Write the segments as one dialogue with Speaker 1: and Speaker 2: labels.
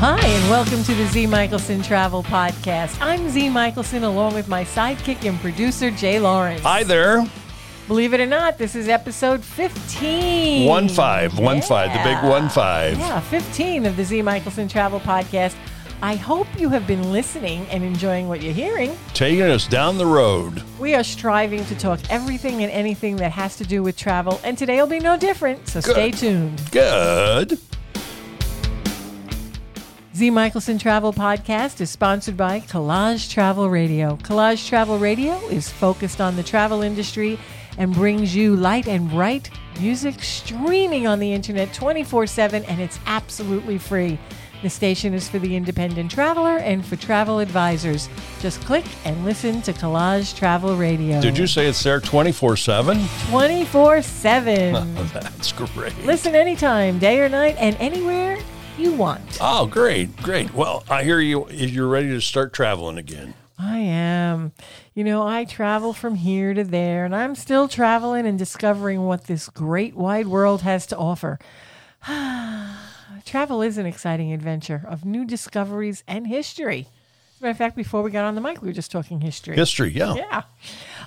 Speaker 1: Hi, and welcome to the Z. Michelson Travel Podcast. I'm Z. Michelson along with my sidekick and producer, Jay Lawrence.
Speaker 2: Hi there.
Speaker 1: Believe it or not, this is episode 15.
Speaker 2: One five, one five, the big one five.
Speaker 1: Yeah, 15 of the Z. Michelson Travel Podcast. I hope you have been listening and enjoying what you're hearing.
Speaker 2: Taking us down the road.
Speaker 1: We are striving to talk everything and anything that has to do with travel, and today will be no different, so stay tuned.
Speaker 2: Good.
Speaker 1: Z. Michelson Travel Podcast is sponsored by Collage Travel Radio. Collage Travel Radio is focused on the travel industry and brings you light and bright music streaming on the internet 24 7, and it's absolutely free. The station is for the independent traveler and for travel advisors. Just click and listen to Collage Travel Radio.
Speaker 2: Did you say it's there 24 7?
Speaker 1: 24 7.
Speaker 2: That's great.
Speaker 1: Listen anytime, day or night, and anywhere you want.
Speaker 2: Oh, great, great. Well, I hear you. You're ready to start traveling again.
Speaker 1: I am. You know, I travel from here to there, and I'm still traveling and discovering what this great wide world has to offer. travel is an exciting adventure of new discoveries and history. As a matter of fact, before we got on the mic, we were just talking history.
Speaker 2: History, yeah.
Speaker 1: Yeah.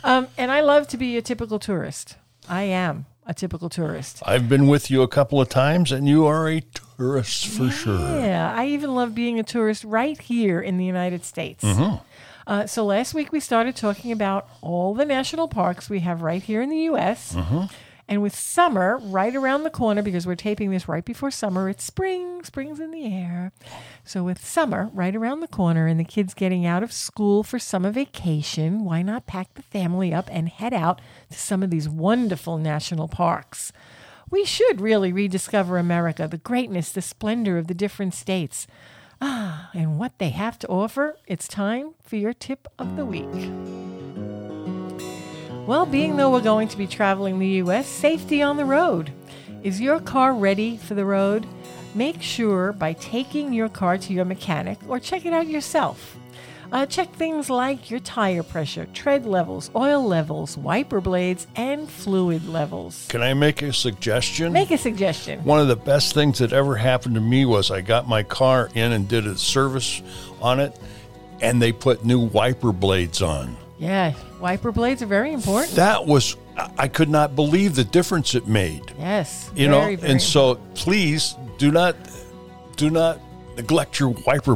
Speaker 1: Um, and I love to be a typical tourist. I am a typical tourist.
Speaker 2: I've been with you a couple of times, and you are a tourist for sure.
Speaker 1: Yeah, I even love being a tourist right here in the United States. Uh, so last week we started talking about all the national parks we have right here in the U.S. And with summer right around the corner, because we're taping this right before summer, it's spring, spring's in the air. So with summer right around the corner and the kids getting out of school for summer vacation, why not pack the family up and head out to some of these wonderful national parks? We should really rediscover America, the greatness, the splendor of the different states. Ah, and what they have to offer. It's time for your tip of the week. Well, being though we're going to be traveling the U.S., safety on the road. Is your car ready for the road? Make sure by taking your car to your mechanic or check it out yourself. Uh, check things like your tire pressure, tread levels, oil levels, wiper blades, and fluid levels.
Speaker 2: Can I make a suggestion?
Speaker 1: Make a suggestion.
Speaker 2: One of the best things that ever happened to me was I got my car in and did a service on it, and they put new wiper blades on.
Speaker 1: Yeah, wiper blades are very important.
Speaker 2: That was, I I could not believe the difference it made.
Speaker 1: Yes. very,
Speaker 2: You know,
Speaker 1: very
Speaker 2: and so please do not, do not neglect your wiper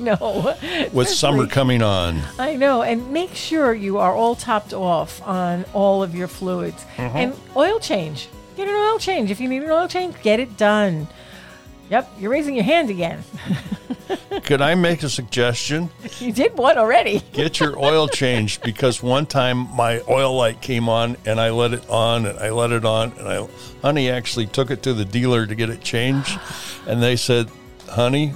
Speaker 1: I know.
Speaker 2: with summer coming on.
Speaker 1: I know. And make sure you are all topped off on all of your fluids. And oil change. Get an oil change. If you need an oil change, get it done. Yep, you're raising your hand again.
Speaker 2: Could I make a suggestion?
Speaker 1: You did one already.
Speaker 2: Get your oil changed because one time my oil light came on and I let it on and I let it on and I honey actually took it to the dealer to get it changed and they said, "Honey,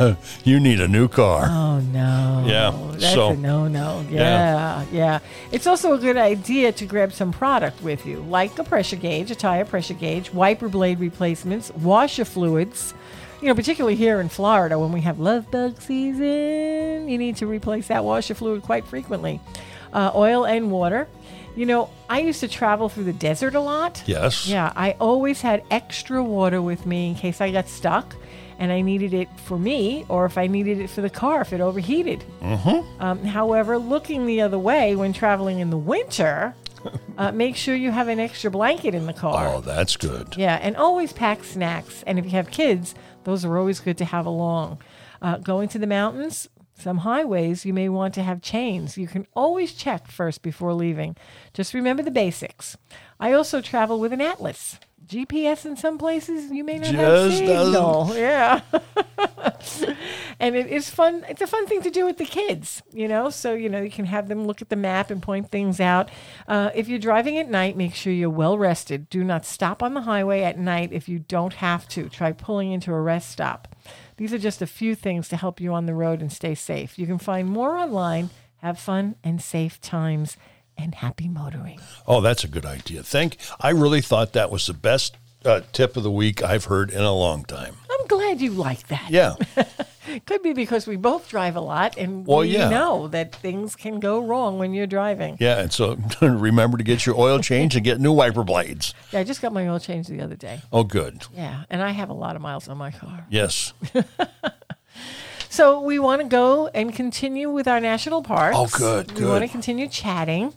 Speaker 2: you need a new car."
Speaker 1: Oh, no.
Speaker 2: Yeah,
Speaker 1: That's
Speaker 2: so-
Speaker 1: a no no. Yeah,
Speaker 2: Yeah.
Speaker 1: yeah. It's also a good idea to grab some product with you, like a pressure gauge, a tire pressure gauge, wiper blade replacements, washer fluids. You know, particularly here in Florida when we have love bug season, you need to replace that washer fluid quite frequently. Uh, oil and water. You know, I used to travel through the desert a lot.
Speaker 2: Yes.
Speaker 1: Yeah, I always had extra water with me in case I got stuck and I needed it for me or if I needed it for the car if it overheated. Mm-hmm. Um, however, looking the other way when traveling in the winter, uh, make sure you have an extra blanket in the car.
Speaker 2: Oh, that's good.
Speaker 1: Yeah, and always pack snacks. And if you have kids, those are always good to have along. Uh, going to the mountains, some highways, you may want to have chains. You can always check first before leaving. Just remember the basics. I also travel with an atlas. GPS in some places you may not have
Speaker 2: Just
Speaker 1: signal. Yeah. and it is fun. It's a fun thing to do with the kids, you know. So you know you can have them look at the map and point things out. Uh, if you're driving at night, make sure you're well rested. Do not stop on the highway at night if you don't have to. Try pulling into a rest stop. These are just a few things to help you on the road and stay safe. You can find more online. Have fun and safe times, and happy motoring.
Speaker 2: Oh, that's a good idea. Thank. I really thought that was the best uh, tip of the week I've heard in a long time.
Speaker 1: I'm glad you like that.
Speaker 2: Yeah.
Speaker 1: Could be because we both drive a lot, and
Speaker 2: Well,
Speaker 1: we
Speaker 2: yeah.
Speaker 1: know that things can go wrong when you're driving.
Speaker 2: Yeah, and so remember to get your oil changed and get new wiper blades.
Speaker 1: Yeah, I just got my oil changed the other day.
Speaker 2: Oh, good.
Speaker 1: Yeah, and I have a lot of miles on my car.
Speaker 2: Yes.
Speaker 1: So we want to go and continue with our national parks.
Speaker 2: Oh, good,
Speaker 1: We want to
Speaker 2: good.
Speaker 1: continue chatting.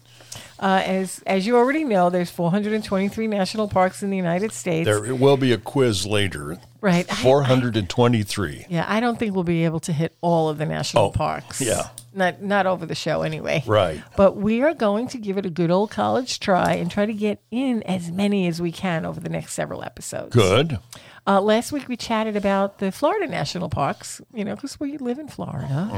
Speaker 1: Uh, as as you already know, there's 423 national parks in the United States.
Speaker 2: There it will be a quiz later.
Speaker 1: Right. I-
Speaker 2: 423.
Speaker 1: Yeah, I don't think we'll be able to hit all of the national
Speaker 2: Oh,
Speaker 1: parks.
Speaker 2: yeah.
Speaker 1: Not not over the show anyway.
Speaker 2: Right.
Speaker 1: But we are going to give it a good old college try and try to get in as many as we can over the next several episodes.
Speaker 2: Good.
Speaker 1: Uh, last week we chatted about the Florida national parks, you know, because we live in Florida.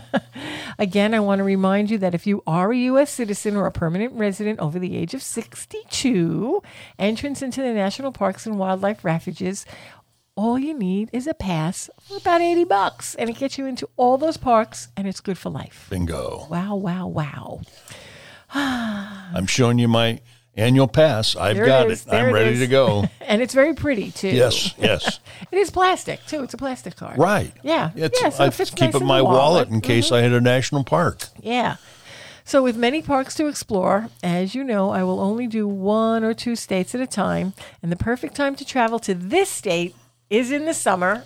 Speaker 2: Uh-huh.
Speaker 1: Again, I want to remind you that if you are a U.S. citizen or a permanent resident over the age of 62, entrance into the national parks and wildlife refuges, all you need is a pass for about 80 bucks, and it gets you into all those parks, and it's good for life.
Speaker 2: Bingo.
Speaker 1: Wow, wow, wow.
Speaker 2: I'm showing you my annual pass. I've
Speaker 1: There it
Speaker 2: got
Speaker 1: is.
Speaker 2: it.
Speaker 1: There
Speaker 2: I'm
Speaker 1: it
Speaker 2: ready
Speaker 1: is.
Speaker 2: to go.
Speaker 1: And it's very pretty, too.
Speaker 2: Yes, yes.
Speaker 1: It is plastic, too. It's a plastic card.
Speaker 2: Right.
Speaker 1: Yeah.
Speaker 2: It's,
Speaker 1: yeah, so
Speaker 2: I
Speaker 1: it fits
Speaker 2: keep
Speaker 1: nice
Speaker 2: it in my
Speaker 1: the Mm-hmm.
Speaker 2: wallet, in case I hit a national park.
Speaker 1: Yeah. So, with many parks to explore, as you know, I will only do one or two states at a time. And the perfect time to travel to this state is in the summer,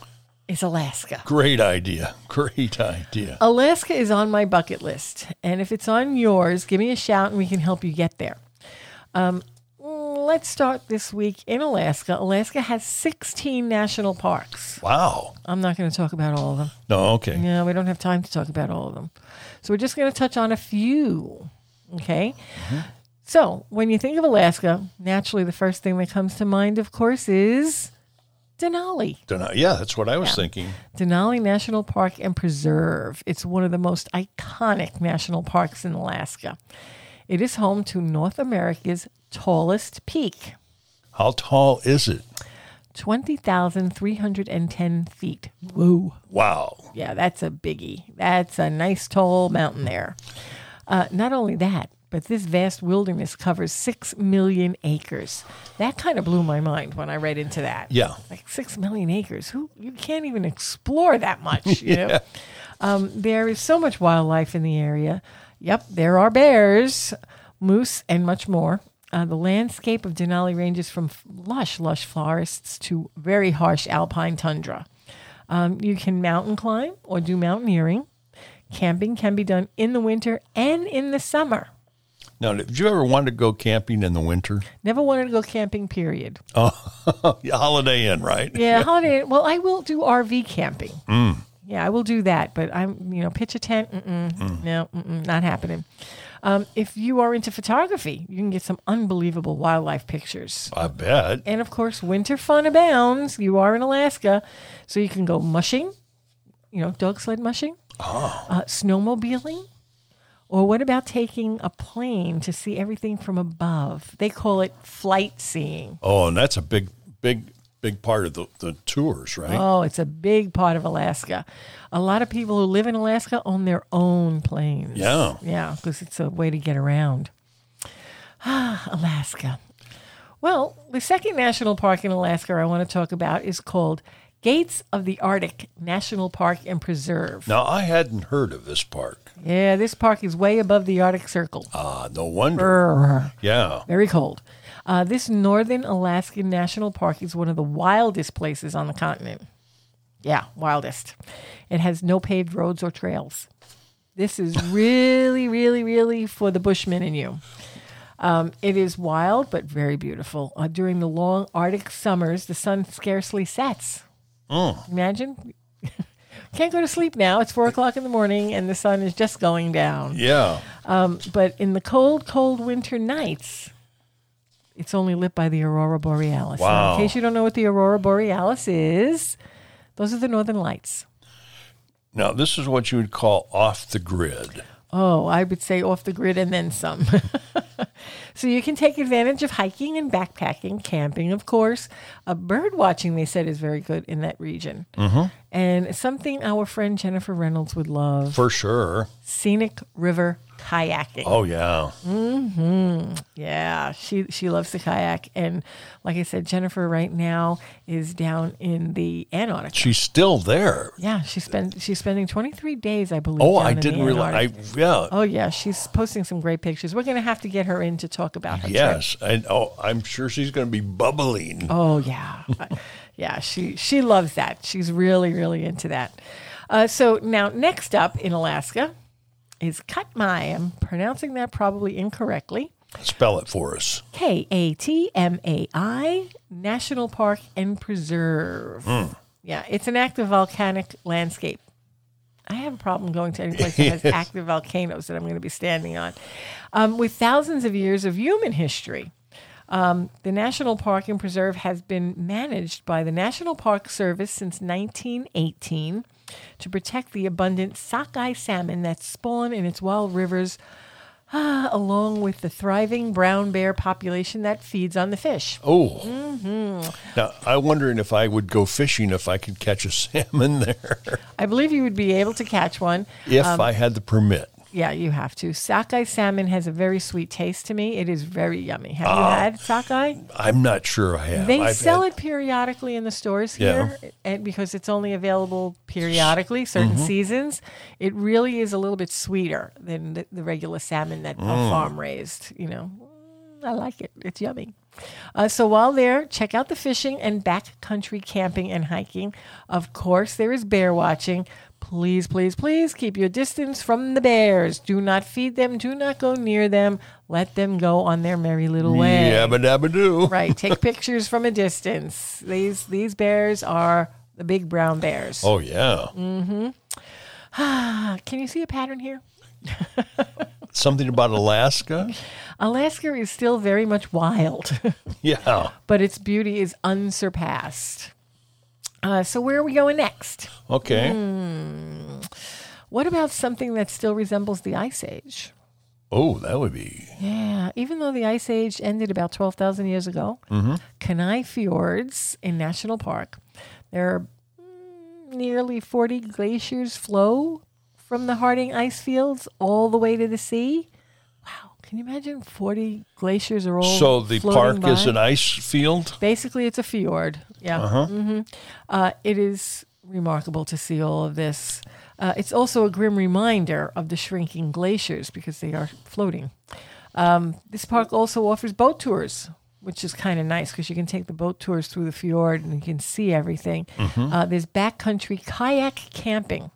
Speaker 1: is Alaska.
Speaker 2: Great idea. Great idea.
Speaker 1: Alaska is on my bucket list. And if it's on yours, give me a shout and we can help you get there. Um, mm, let's start this week in Alaska. Alaska has 16 national parks.
Speaker 2: Wow.
Speaker 1: I'm not going to talk about all of them.
Speaker 2: No, okay.
Speaker 1: Yeah, we don't have time to talk about all of them. So we're just going to touch on a few. Okay. So when you think of Alaska, naturally the first thing that comes to mind, of course, is Denali.
Speaker 2: Dunno. Yeah, that's what I was thinking.
Speaker 1: Denali National Park and Preserve. It's one of the most iconic national parks in Alaska. It is home to North America's tallest peak,
Speaker 2: How tall is it?
Speaker 1: 20,310 feet. Whoa.
Speaker 2: Wow.
Speaker 1: Yeah, that's a biggie. That's a nice tall mountain there. Uh, not only that, but this vast wilderness covers six million acres. That kind of blew my mind when I read into that.
Speaker 2: Yeah.
Speaker 1: like six million acres. Who you can't even explore that much. You know? um, there is so much wildlife in the area. Yep, there are bears, moose, and much more. Uh, the landscape of Denali ranges from f- lush, lush forests to very harsh alpine tundra. Um, you can mountain climb or do mountaineering. Camping can be done in the winter and in the summer.
Speaker 2: Now, did you ever want to go camping in the winter? Oh,
Speaker 1: Never wanted to go camping, period.
Speaker 2: Yeah, Holiday Inn, right?
Speaker 1: Yeah, holiday. Well, I will do RV camping. Yeah, I will do that, but I'm, you know, pitch a tent. Mm-mm, No, mm-mm, not happening. Um, if you are into photography, you can get some unbelievable wildlife pictures.
Speaker 2: I bet.
Speaker 1: And of course, winter fun abounds. You are in Alaska, so you can go mushing, you know, dog sled mushing, uh, snowmobiling, or what about taking a plane to see everything from above? They call it flight seeing.
Speaker 2: Oh, and that's a big, big, big part of the, the tours, right?
Speaker 1: Oh, it's a big part of Alaska. A lot of people who live in Alaska own their own planes.
Speaker 2: Yeah.
Speaker 1: Yeah, because it's a way to get around. Ah, Alaska. Well, the second national park in Alaska I want to talk about is called Gates of the Arctic National Park and Preserve.
Speaker 2: Now, I hadn't heard of this park.
Speaker 1: Yeah, this park is way above the Arctic Circle.
Speaker 2: Ah, no wonder.
Speaker 1: Brr.
Speaker 2: Yeah.
Speaker 1: Very cold. Uh, this northern Alaskan National Park is one of the wildest places on the continent. Yeah, wildest. It has no paved roads or trails. This is really, really, really for the Bushmen in you. Um, it is wild, but very beautiful. Uh, during the long Arctic summers, the sun scarcely sets. Imagine. Can't go to sleep now. It's four o'clock in the morning, and the sun is just going down.
Speaker 2: Yeah.
Speaker 1: But in the cold, cold winter nights, it's only lit by the aurora borealis. Now,
Speaker 2: Wow.
Speaker 1: in case you don't know what the aurora borealis is, those are the northern lights.
Speaker 2: Now, this is what you would call off the grid.
Speaker 1: Oh, I would say off the grid and then some. so you can take advantage of hiking and backpacking, camping, of course. Uh, bird watching, they said, is very good in that region. And something our friend Jennifer Reynolds would love
Speaker 2: For sure.
Speaker 1: scenic river kayaking.
Speaker 2: Oh, yeah.
Speaker 1: Yeah, she she loves to kayak, and like I said, Jennifer right now is down in the Antarctic.
Speaker 2: She's still there.
Speaker 1: Yeah, she spent she's spending 23 days, I believe.
Speaker 2: Oh,
Speaker 1: down
Speaker 2: I
Speaker 1: in the
Speaker 2: didn't realize.
Speaker 1: Antarctic.
Speaker 2: I, yeah.
Speaker 1: oh yeah, she's posting some great pictures. We're gonna have to get her in to talk about her. trip.
Speaker 2: Yes, and oh, I'm sure she's going to be bubbling.
Speaker 1: Oh yeah, yeah. She she loves that. She's really really into that. Uh, so now, next up in Alaska is Katmai. I'm pronouncing that probably incorrectly.
Speaker 2: Spell it for us.
Speaker 1: K A T M A I National Park and Preserve. Yeah, it's an active volcanic landscape. I have a problem going to any place that has active volcanoes that I'm going to be standing on. Um, with thousands of years of human history, um, the National Park and Preserve has been managed by the National Park Service since 1918 to protect the abundant sockeye salmon that spawn in its wild rivers, ah, along with the thriving brown bear population that feeds on the fish.
Speaker 2: Oh. Now, I'm wondering if I would go fishing if I could catch a salmon there, Um,
Speaker 1: I believe you would be able to catch one.
Speaker 2: if I had the permit.
Speaker 1: Yeah, you have to. Sockeye salmon has a very sweet taste to me. It is very yummy. Have you had sockeye?
Speaker 2: I'm not sure I have.
Speaker 1: They
Speaker 2: I've
Speaker 1: sell
Speaker 2: had-
Speaker 1: it periodically in the stores
Speaker 2: Yeah.
Speaker 1: here and because it's only available periodically, certain
Speaker 2: Mm-hmm.
Speaker 1: seasons. It really is a little bit sweeter than the, the regular salmon that
Speaker 2: Mm.
Speaker 1: a farm raised. You know, Mm, I like it. It's yummy. Uh, so while there, check out the fishing and backcountry camping and hiking. Of course, there is bear watching. Please, please, please keep your distance from the bears. Do not feed them. Do not go near them. Let them go on their merry little way.
Speaker 2: Yabba dabba doo.
Speaker 1: Right. Take pictures from a distance. These these bears are the big brown bears.
Speaker 2: Oh, yeah.
Speaker 1: Uh, can you see a pattern here?
Speaker 2: Something about Alaska?
Speaker 1: Alaska is still very much wild,
Speaker 2: Yeah.
Speaker 1: but its beauty is unsurpassed. Uh, so where are we going next?
Speaker 2: Okay.
Speaker 1: What about something that still resembles the Ice Age?
Speaker 2: Oh, that would be.
Speaker 1: Yeah, even though the Ice Age ended about 12,000 years ago,
Speaker 2: Mm-hmm.
Speaker 1: Kenai Fjords in National Park, there are mm, nearly 40 glaciers flow from the Harding ice fields all the way to the sea. Wow, can you imagine 40 glaciers are all
Speaker 2: So the
Speaker 1: floating
Speaker 2: park is
Speaker 1: by?
Speaker 2: an ice field?
Speaker 1: Basically, it's a fjord. Yeah. hmm Uh, it is remarkable to see all of this. Uh, it's also a grim reminder of the shrinking glaciers because they are floating. Um, this park also offers boat tours, which is kind of nice because you can take the boat tours through the fjord and you can see everything. Uh, there's backcountry kayak camping.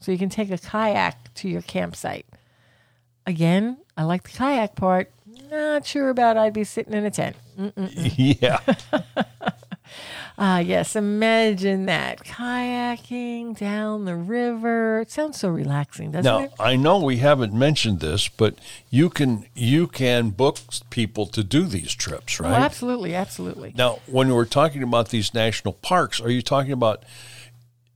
Speaker 1: So you can take a kayak to your campsite. Again, I like the kayak part. Not sure about I'd be sitting in a tent.
Speaker 2: Yeah.
Speaker 1: Ah, yes. Imagine that kayaking down the river. It sounds so relaxing, doesn't
Speaker 2: Now
Speaker 1: it?
Speaker 2: I know we haven't mentioned this, but you can you can book people to do these trips,
Speaker 1: Oh,
Speaker 2: right?
Speaker 1: absolutely, absolutely.
Speaker 2: Now, when we're talking about these national parks, are you talking about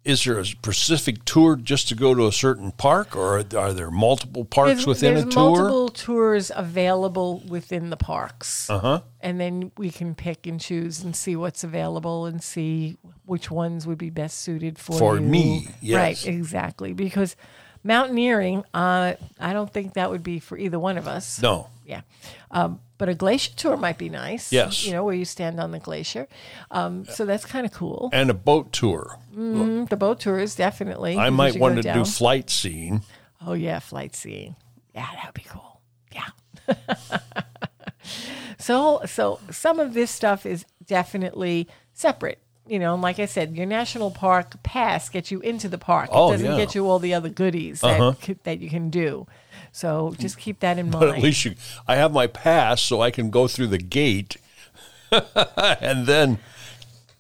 Speaker 2: is there a specific tour just to go to a certain park, or are, are there multiple parks
Speaker 1: There's,
Speaker 2: within
Speaker 1: there's
Speaker 2: a tour?
Speaker 1: multiple tours available within the parks, uh-huh. and then we can pick and choose and see what's available and see which ones would be best suited for
Speaker 2: For
Speaker 1: you.
Speaker 2: me, yes.
Speaker 1: right? Exactly, because mountaineering, uh, I don't think that would be for either one of us.
Speaker 2: No,
Speaker 1: Yeah. Um, but a glacier tour might be nice.
Speaker 2: Yes.
Speaker 1: You know, where you stand on the glacier. Um, So that's kind of cool.
Speaker 2: and a boat tour.
Speaker 1: Mm, the boat tour is definitely.
Speaker 2: I
Speaker 1: because
Speaker 2: might
Speaker 1: you
Speaker 2: want
Speaker 1: go
Speaker 2: to do
Speaker 1: down.
Speaker 2: flight seeing.
Speaker 1: oh, yeah, flight seeing. Yeah, that would be cool. Yeah. so, so some of this stuff is definitely separate. You know, and like I said, your national park pass gets you into the park.
Speaker 2: Oh,
Speaker 1: it doesn't
Speaker 2: yeah. Uh-huh.
Speaker 1: get you all the other goodies that, c- that you can do. So just keep that in
Speaker 2: But
Speaker 1: mind.
Speaker 2: at least you, I have my pass, so I can go through the gate, and then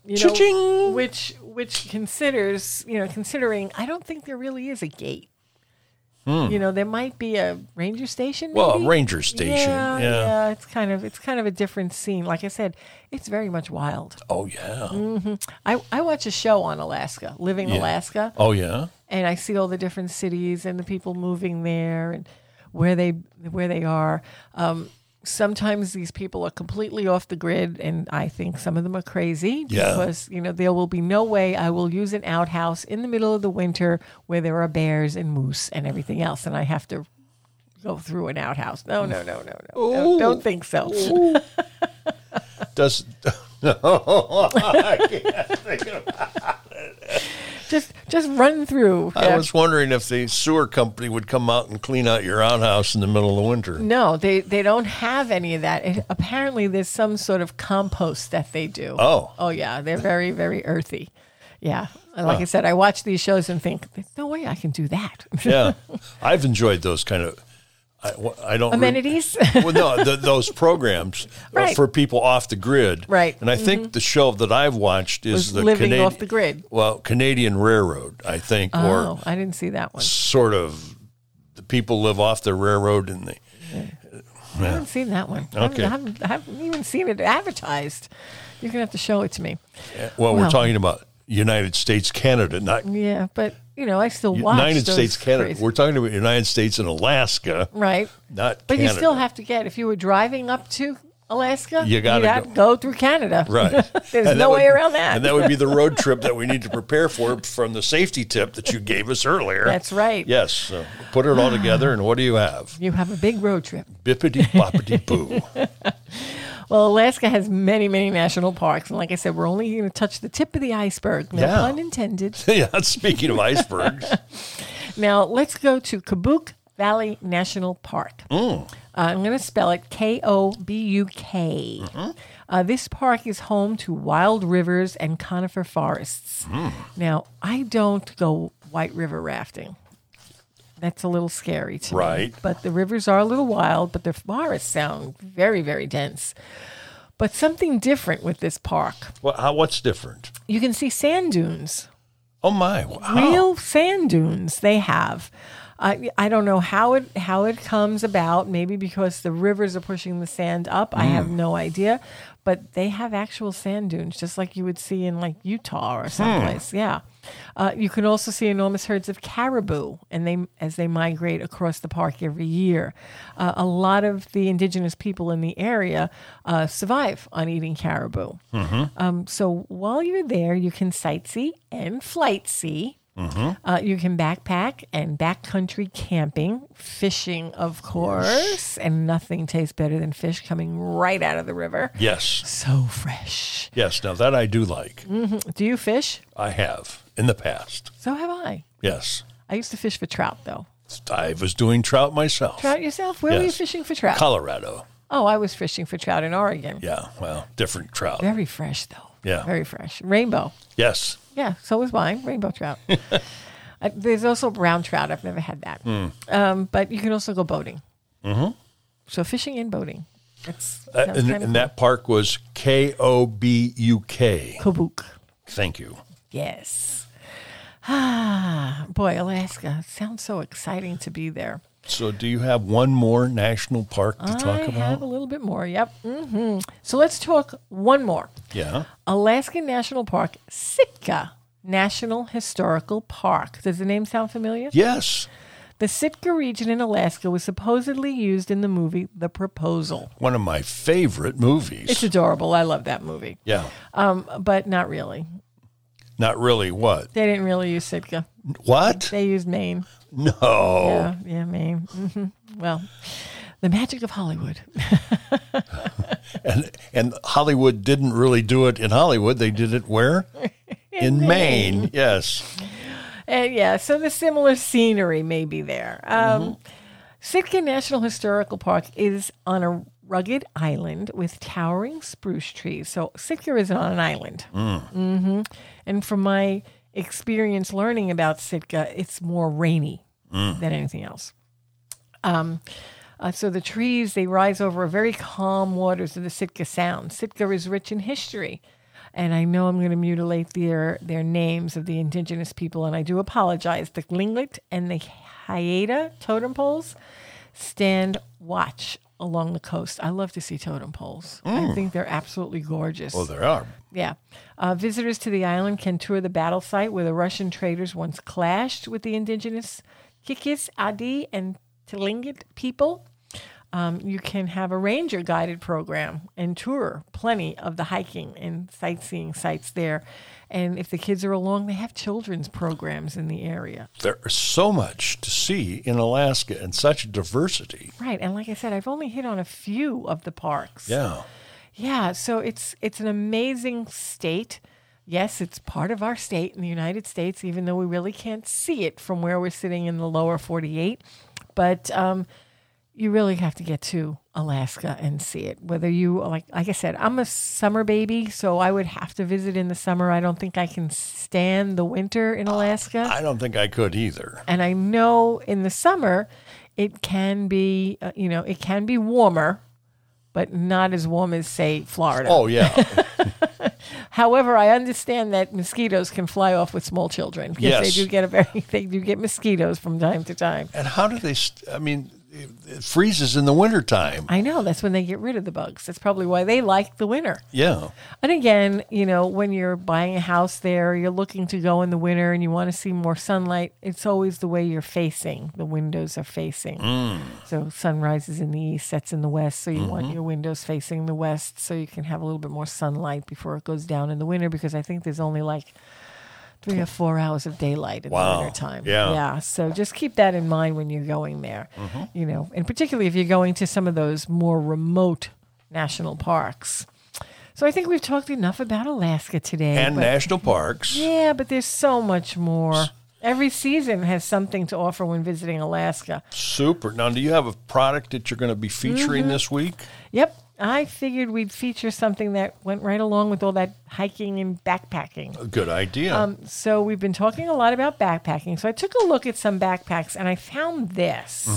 Speaker 1: you know,
Speaker 2: Cha-ching!
Speaker 1: which which considers you know considering I don't think there really is a gate. You know, there might be a ranger station.
Speaker 2: Hmm. well,
Speaker 1: maybe?
Speaker 2: a ranger station.
Speaker 1: Yeah,
Speaker 2: yeah.
Speaker 1: yeah, it's kind of it's kind of a different scene. Like I said, it's very much wild.
Speaker 2: Oh yeah.
Speaker 1: Mm. I I watch a show on Alaska, Living Alaska,
Speaker 2: Oh yeah.
Speaker 1: and I see all the different cities and the people moving there and where they where they are. Um, sometimes these people are completely off the grid, and I think some of them are crazy
Speaker 2: Yeah.
Speaker 1: because you know there will be no way I will use an outhouse in the middle of the winter where there are bears and moose and everything else, and I have to go through an outhouse. No, no, no, no, no. Don't- Don't think so.
Speaker 2: Does no? I can't think of-
Speaker 1: Just just run through.
Speaker 2: I
Speaker 1: Yeah.
Speaker 2: was wondering if the sewer company would come out and clean out your outhouse in the middle of the winter.
Speaker 1: No, they, they don't have any of that. It, apparently, there's some sort of compost that they do.
Speaker 2: Oh.
Speaker 1: Oh, yeah. They're very, very earthy. Yeah. Like I said, I watch these shows and think, there's no way I can do that.
Speaker 2: Yeah, I've enjoyed those kind of. I, I don't re-
Speaker 1: Amenities?
Speaker 2: well, no, th those programs are
Speaker 1: Right.
Speaker 2: for people off the grid.
Speaker 1: Right. Mm-hmm.
Speaker 2: And I think the show that I've watched is
Speaker 1: Was
Speaker 2: the
Speaker 1: Living
Speaker 2: Canadian
Speaker 1: Off the Grid.
Speaker 2: Well, Canadian Railroad, I think, or
Speaker 1: oh, I didn't see that one.
Speaker 2: sort of the people live off the railroad and they.
Speaker 1: I haven't seen that one. I haven't-
Speaker 2: Okay.
Speaker 1: I haven't, I haven't even seen it advertised. You're going to have to show it to me.
Speaker 2: Well,
Speaker 1: Well.
Speaker 2: we're talking about United States, Canada, not
Speaker 1: Yeah, but, you know, I still watch.
Speaker 2: United
Speaker 1: those
Speaker 2: States, Canada.
Speaker 1: crazy-
Speaker 2: We're talking about United States and Alaska,
Speaker 1: right.
Speaker 2: not
Speaker 1: But you
Speaker 2: Canada.
Speaker 1: still have to get, if you were driving up to Alaska,
Speaker 2: You gotta
Speaker 1: you'd have
Speaker 2: go-
Speaker 1: to go through Canada.
Speaker 2: Right.
Speaker 1: There's
Speaker 2: And
Speaker 1: no
Speaker 2: would-
Speaker 1: way around that.
Speaker 2: And that would be the road trip that we need to prepare for from the safety tip that you gave us earlier.
Speaker 1: That's right.
Speaker 2: Yes. So put it all together, and what do you have?
Speaker 1: You have a big road trip.
Speaker 2: Bippity boppity boo.
Speaker 1: Well, Alaska has many, many national parks. And like I said, we're only going to touch the tip of the iceberg. No
Speaker 2: Yeah.
Speaker 1: pun intended.
Speaker 2: yeah. Speaking of icebergs,
Speaker 1: Now let's go to Kabuk Valley National Park. Uh, I'm going to spell it K O B U K. Uh, this park is home to wild rivers and conifer forests. Now, I don't go white river rafting. That's a little scary to me.
Speaker 2: Right.
Speaker 1: But the rivers are a little wild, but the forests sound very, very dense. But something different with this park.
Speaker 2: well, how, what's different?
Speaker 1: You can see sand dunes
Speaker 2: Oh my! Wow.
Speaker 1: real sand dunes they have. I I don't know how it how it comes about. Maybe because the rivers are pushing the sand up. I have no idea. But they have actual sand dunes, just like you would see in like Utah or someplace. Yeah. Uh, you can also see enormous herds of caribou, and they as they migrate across the park every year. Uh, a lot of the indigenous people in the area uh, survive on eating caribou. Um, so while you're there, you can sightsee and flight see. Uh, you can backpack and backcountry camping, fishing, of course, and nothing tastes better than fish coming right out of the river.
Speaker 2: Yes.
Speaker 1: So fresh.
Speaker 2: Yes. Now that I do like.
Speaker 1: Do you fish?
Speaker 2: I have in the past.
Speaker 1: So have I.
Speaker 2: Yes.
Speaker 1: I used to fish for trout, though.
Speaker 2: I was doing trout myself.
Speaker 1: Trout yourself? Where were you
Speaker 2: Yes.
Speaker 1: fishing for trout?
Speaker 2: Colorado.
Speaker 1: oh, I was fishing for trout in Oregon.
Speaker 2: Yeah. Well, different trout.
Speaker 1: Very fresh, though.
Speaker 2: Yeah.
Speaker 1: Very fresh. Rainbow.
Speaker 2: Yes.
Speaker 1: Yeah, so was mine, rainbow trout. uh, there's also brown trout. I've never had that.
Speaker 2: Hmm.
Speaker 1: Um, but you can also go boating. Mm-hmm. So fishing and boating. That's
Speaker 2: Uh,
Speaker 1: sounds
Speaker 2: and,
Speaker 1: kind of
Speaker 2: and that park was K O B U K.
Speaker 1: Kabuk.
Speaker 2: Thank you.
Speaker 1: Yes. Ah, boy, Alaska it sounds so exciting to be there.
Speaker 2: So, do you have one more national park to
Speaker 1: I
Speaker 2: talk
Speaker 1: have
Speaker 2: about?
Speaker 1: a little bit more. Yep. hmm So let's talk one more.
Speaker 2: Yeah.
Speaker 1: Alaska National Park, Sitka National Historical Park. Does the name sound familiar?
Speaker 2: Yes.
Speaker 1: The Sitka region in Alaska was supposedly used in the movie The Proposal.
Speaker 2: One of my favorite movies.
Speaker 1: It's adorable. I love that movie.
Speaker 2: yeah.
Speaker 1: Um, but not really.
Speaker 2: Not really. What?
Speaker 1: They didn't really use Sitka.
Speaker 2: What?
Speaker 1: They used Maine.
Speaker 2: No.
Speaker 1: Yeah, yeah, Maine. hmm Well, the magic of Hollywood.
Speaker 2: And and Hollywood didn't really do it in Hollywood. They did it where? in Maine. Yes.
Speaker 1: And Uh, yeah, so the similar scenery may be there. Um, Sitka National Historical Park is on a rugged island with towering spruce trees. So Sitka is on an island. Mm. hmm And from my experience learning about Sitka, it's more rainy than anything else. Um, uh, so the trees they rise over very calm waters of the Sitka Sound. Sitka is rich in history, and I know I'm going to mutilate their their names of the indigenous people, and I do apologize. The Glinglet and the Hyata totem poles stand watch along the coast. I love to see totem poles. I think they're absolutely gorgeous.
Speaker 2: Well, there are.
Speaker 1: Yeah. Uh, visitors to the island can tour the battle site where the Russian traders once clashed with the indigenous Kikis, Adi, and Tlingit people. Um, you can have a ranger guided program and tour plenty of the hiking and sightseeing sites there. And if the kids are along, they have children's programs in the area.
Speaker 2: There's so much to see in Alaska and such diversity.
Speaker 1: Right. And like I said, I've only hit on a few of the parks.
Speaker 2: Yeah.
Speaker 1: Yeah, so it's it's an amazing state. Yes, it's part of our state in the United States, even though we really can't see it from where we're sitting in the lower 48. But um, you really have to get to Alaska and see it. Whether you like, like I said, I'm a summer baby, so I would have to visit in the summer. I don't think I can stand the winter in Alaska.
Speaker 2: I don't think I could either.
Speaker 1: and I know in the summer it can be, uh, you know, it can be warmer, but not as warm as say Florida.
Speaker 2: Oh yeah,
Speaker 1: However, I understand that mosquitoes can fly off with small children because
Speaker 2: Yes.
Speaker 1: they do get a very they do get mosquitoes from time to time.
Speaker 2: and how do they? St- I mean, it, it freezes in the wintertime.
Speaker 1: I know that's when they get rid of the bugs. That's probably why they like the winter.
Speaker 2: Yeah,
Speaker 1: And again, you know, when you're buying a house there, you're looking to go in the winter and you want to see more sunlight, it's always the way you're facing. The windows are facing.
Speaker 2: Mm.
Speaker 1: So sun rises in the east, sets in the west. So you
Speaker 2: Mm-hmm.
Speaker 1: want your windows facing the west so you can have a little bit more sunlight before it goes down in the winter because I think there's only like three or four hours of daylight in
Speaker 2: Wow.
Speaker 1: the winter time.
Speaker 2: Yeah.
Speaker 1: Yeah. So just keep that in mind when you're going there,
Speaker 2: Mm-hmm.
Speaker 1: you know, and particularly if you're going to some of those more remote national parks. So I think we've talked enough about Alaska today.
Speaker 2: and
Speaker 1: but-
Speaker 2: national parks.
Speaker 1: yeah, but there's so much more. Every season has something to offer when visiting Alaska.
Speaker 2: Super. Now, do you have a product that you're going to be featuring
Speaker 1: Mm-hmm.
Speaker 2: this week?
Speaker 1: Yep. I figured we'd feature something that went right along with all that hiking and backpacking.
Speaker 2: A good idea.
Speaker 1: Um, So we've been talking a lot about backpacking. So I took a look at some backpacks and I found this.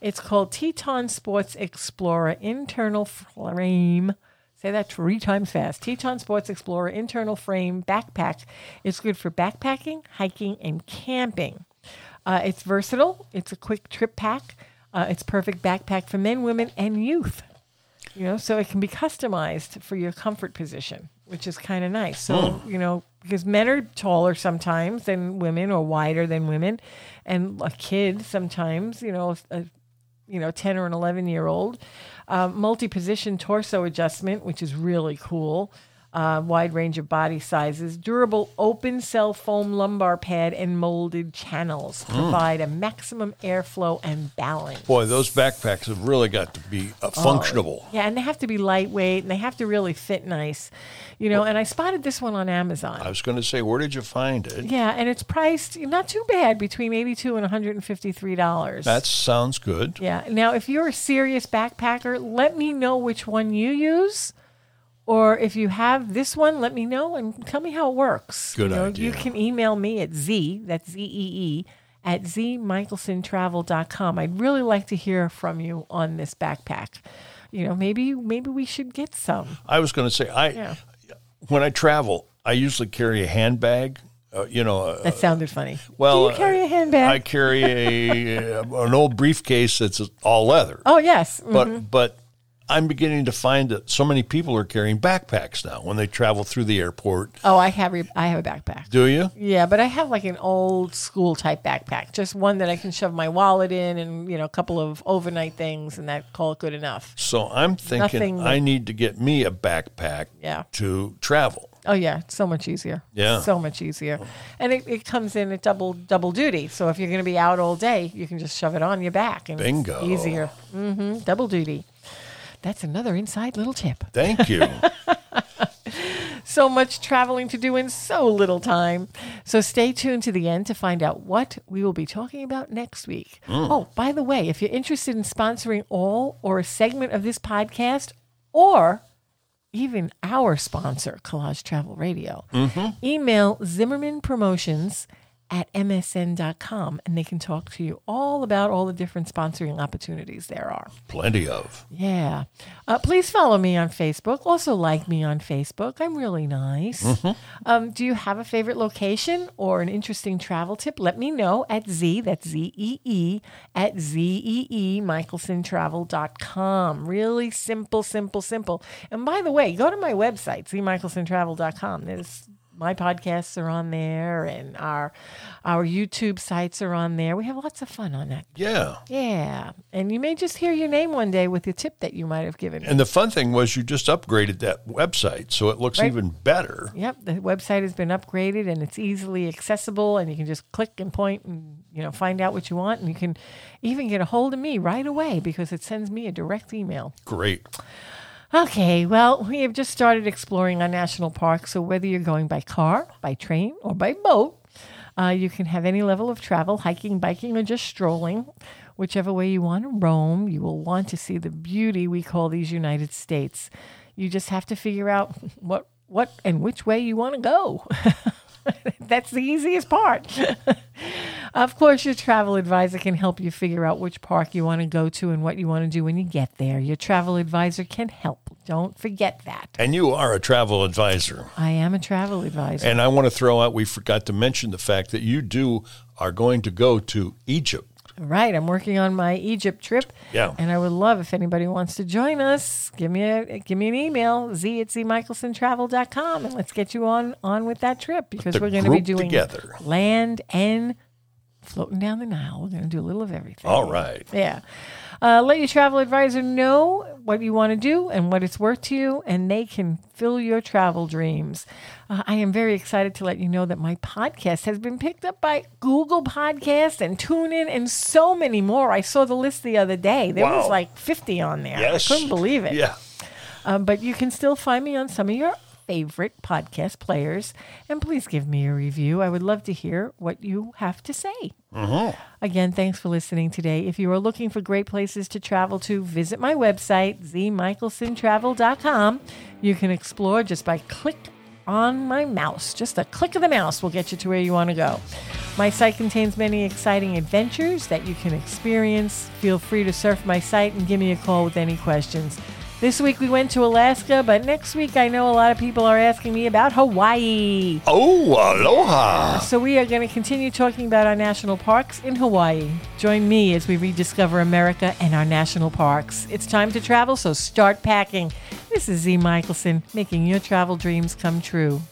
Speaker 1: It's called Teton Sports Explorer Internal Frame. Say that three times fast. Teton Sports Explorer Internal Frame Backpack. It's good for backpacking, hiking, and camping. Uh, it's versatile. It's a quick trip pack. Uh, it's perfect backpack for men, women, and youth. You know, so it can be customized for your comfort position, which is kind of nice. So, you know, because men are taller sometimes than women or wider than women, and a kid sometimes, you know, a, you know, 10 or an 11 year old. Uh, Multi position torso adjustment, which is really cool. Uh, wide range of body sizes, durable open cell foam lumbar pad, and molded channels provide a maximum airflow and balance.
Speaker 2: Boy, those backpacks have really got to be
Speaker 1: Oh.
Speaker 2: uh, functional.
Speaker 1: Yeah, and they have to be lightweight and they have to really fit nice, you know. and I spotted this one on Amazon.
Speaker 2: I was going to say, where did you find it?
Speaker 1: yeah, and it's priced not too bad between eighty-two and one hundred and fifty-three dollars.
Speaker 2: That sounds good.
Speaker 1: yeah. Now, if you're a serious backpacker, let me know which one you use, or if you have this one, let me know and tell me how it works.
Speaker 2: Good
Speaker 1: you know, You
Speaker 2: idea.
Speaker 1: can email me at z that's z e e at zmichelsontravel.com. I'd really like to hear from you on this backpack. You know, maybe maybe we should get some.
Speaker 2: I was going to say, I
Speaker 1: Yeah.
Speaker 2: when I travel, I usually carry a handbag. Uh, you know, uh,
Speaker 1: That sounded funny.
Speaker 2: well,
Speaker 1: do you carry
Speaker 2: uh,
Speaker 1: a handbag?
Speaker 2: I carry a uh, an old briefcase that's all leather.
Speaker 1: oh yes, Mm.
Speaker 2: But but I'm beginning to find that so many people are carrying backpacks now when they travel through the airport.
Speaker 1: oh I have re- I have a backpack.
Speaker 2: Do you?
Speaker 1: yeah, but I have like an old school type backpack, just one that I can shove my wallet in, and you know, a couple of overnight things, and that call it good enough.
Speaker 2: So I'm thinking
Speaker 1: Nothing-
Speaker 2: I need to get me a backpack
Speaker 1: Yeah.
Speaker 2: to travel.
Speaker 1: Oh yeah, it's so much easier.
Speaker 2: Yeah.
Speaker 1: so much easier, and it, it comes in at double double duty. So if you're going to be out all day, you can just shove it on your back, and it's
Speaker 2: Bingo.
Speaker 1: easier. hmm double duty. That's another inside little tip.
Speaker 2: Thank you.
Speaker 1: so much traveling to do in so little time. So stay tuned to the end to find out what we will be talking about next week. Oh, by the way, if you're interested in sponsoring all or a segment of this podcast or even our sponsor, Collage Travel Radio, email Zimmerman Promotions at msn.com and they can talk to you all about all the different sponsoring opportunities there are.
Speaker 2: Plenty of.
Speaker 1: Yeah. Uh, please follow me on Facebook. Also, like me on Facebook. I'm really nice. Um, do you have a favorite location or an interesting travel tip? Let me know at Z, that's Z E E, at Z E E, MichelsonTravel.com. Really simple, simple, simple. And by the way, go to my website, ZMichelsonTravel.com. There's my podcasts are on there and our our YouTube sites are on there. We have lots of fun on that
Speaker 2: Yeah.
Speaker 1: yeah. And you may just hear your name one day with the tip that you might have given.
Speaker 2: And the fun thing was you just upgraded that website so it looks
Speaker 1: Right.
Speaker 2: even better.
Speaker 1: Yep, the website has been upgraded and it's easily accessible and you can just click and point and you know find out what you want and you can even get a hold of me right away because it sends me a direct email.
Speaker 2: Great.
Speaker 1: Okay, well, we have just started exploring our national park, so whether you're going by car, by train, or by boat, uh, you can have any level of travel, hiking, biking, or just strolling. Whichever way you want to roam, you will want to see the beauty we call these United States. You just have to figure out what what and which way you want to go. That's the easiest part. of course, your travel advisor can help you figure out which park you want to go to and what you want to do when you get there. Your travel advisor can help. Don't forget that.
Speaker 2: And you are a travel advisor.
Speaker 1: I am a travel advisor.
Speaker 2: And I want to throw out we forgot to mention the fact that you do are going to go to Egypt.
Speaker 1: Right, I'm working on my Egypt trip.
Speaker 2: Yeah.
Speaker 1: And I would love if anybody wants to join us, give me a give me an email, z at zmichelsontravel.com, and let's get you on on with that trip because
Speaker 2: the
Speaker 1: we're going to be
Speaker 2: group
Speaker 1: doing
Speaker 2: together.
Speaker 1: land and floating down the Nile. We're going to do a little of everything.
Speaker 2: All right.
Speaker 1: Yeah. Uh, let your travel advisor know what you want to do and what it's worth to you, and they can fill your travel dreams. Uh, I am very excited to let you know that my podcast has been picked up by Google Podcast and TuneIn and so many more. I saw the list the other day. There was
Speaker 2: Wow.
Speaker 1: like 50 on there.
Speaker 2: Yes.
Speaker 1: I couldn't believe it.
Speaker 2: Yeah.
Speaker 1: Um, but you can still find me on some of your favorite podcast players. And please give me a review. I would love to hear what you have to say. Again, thanks for listening today. If you are looking for great places to travel to, visit my website, zmichelsontravel.com. You can explore just by click on my mouse. Just a click of the mouse will get you to where you want to go. My site contains many exciting adventures that you can experience. Feel free to surf my site and give me a call with any questions. This week we went to Alaska, but next week I know a lot of people are asking me about Hawaii.
Speaker 2: Oh, aloha.
Speaker 1: So we are going to continue talking about our national parks in Hawaii. Join me as we rediscover America and our national parks. It's time to travel, so start packing. This is Z. Michelson, making your travel dreams come true.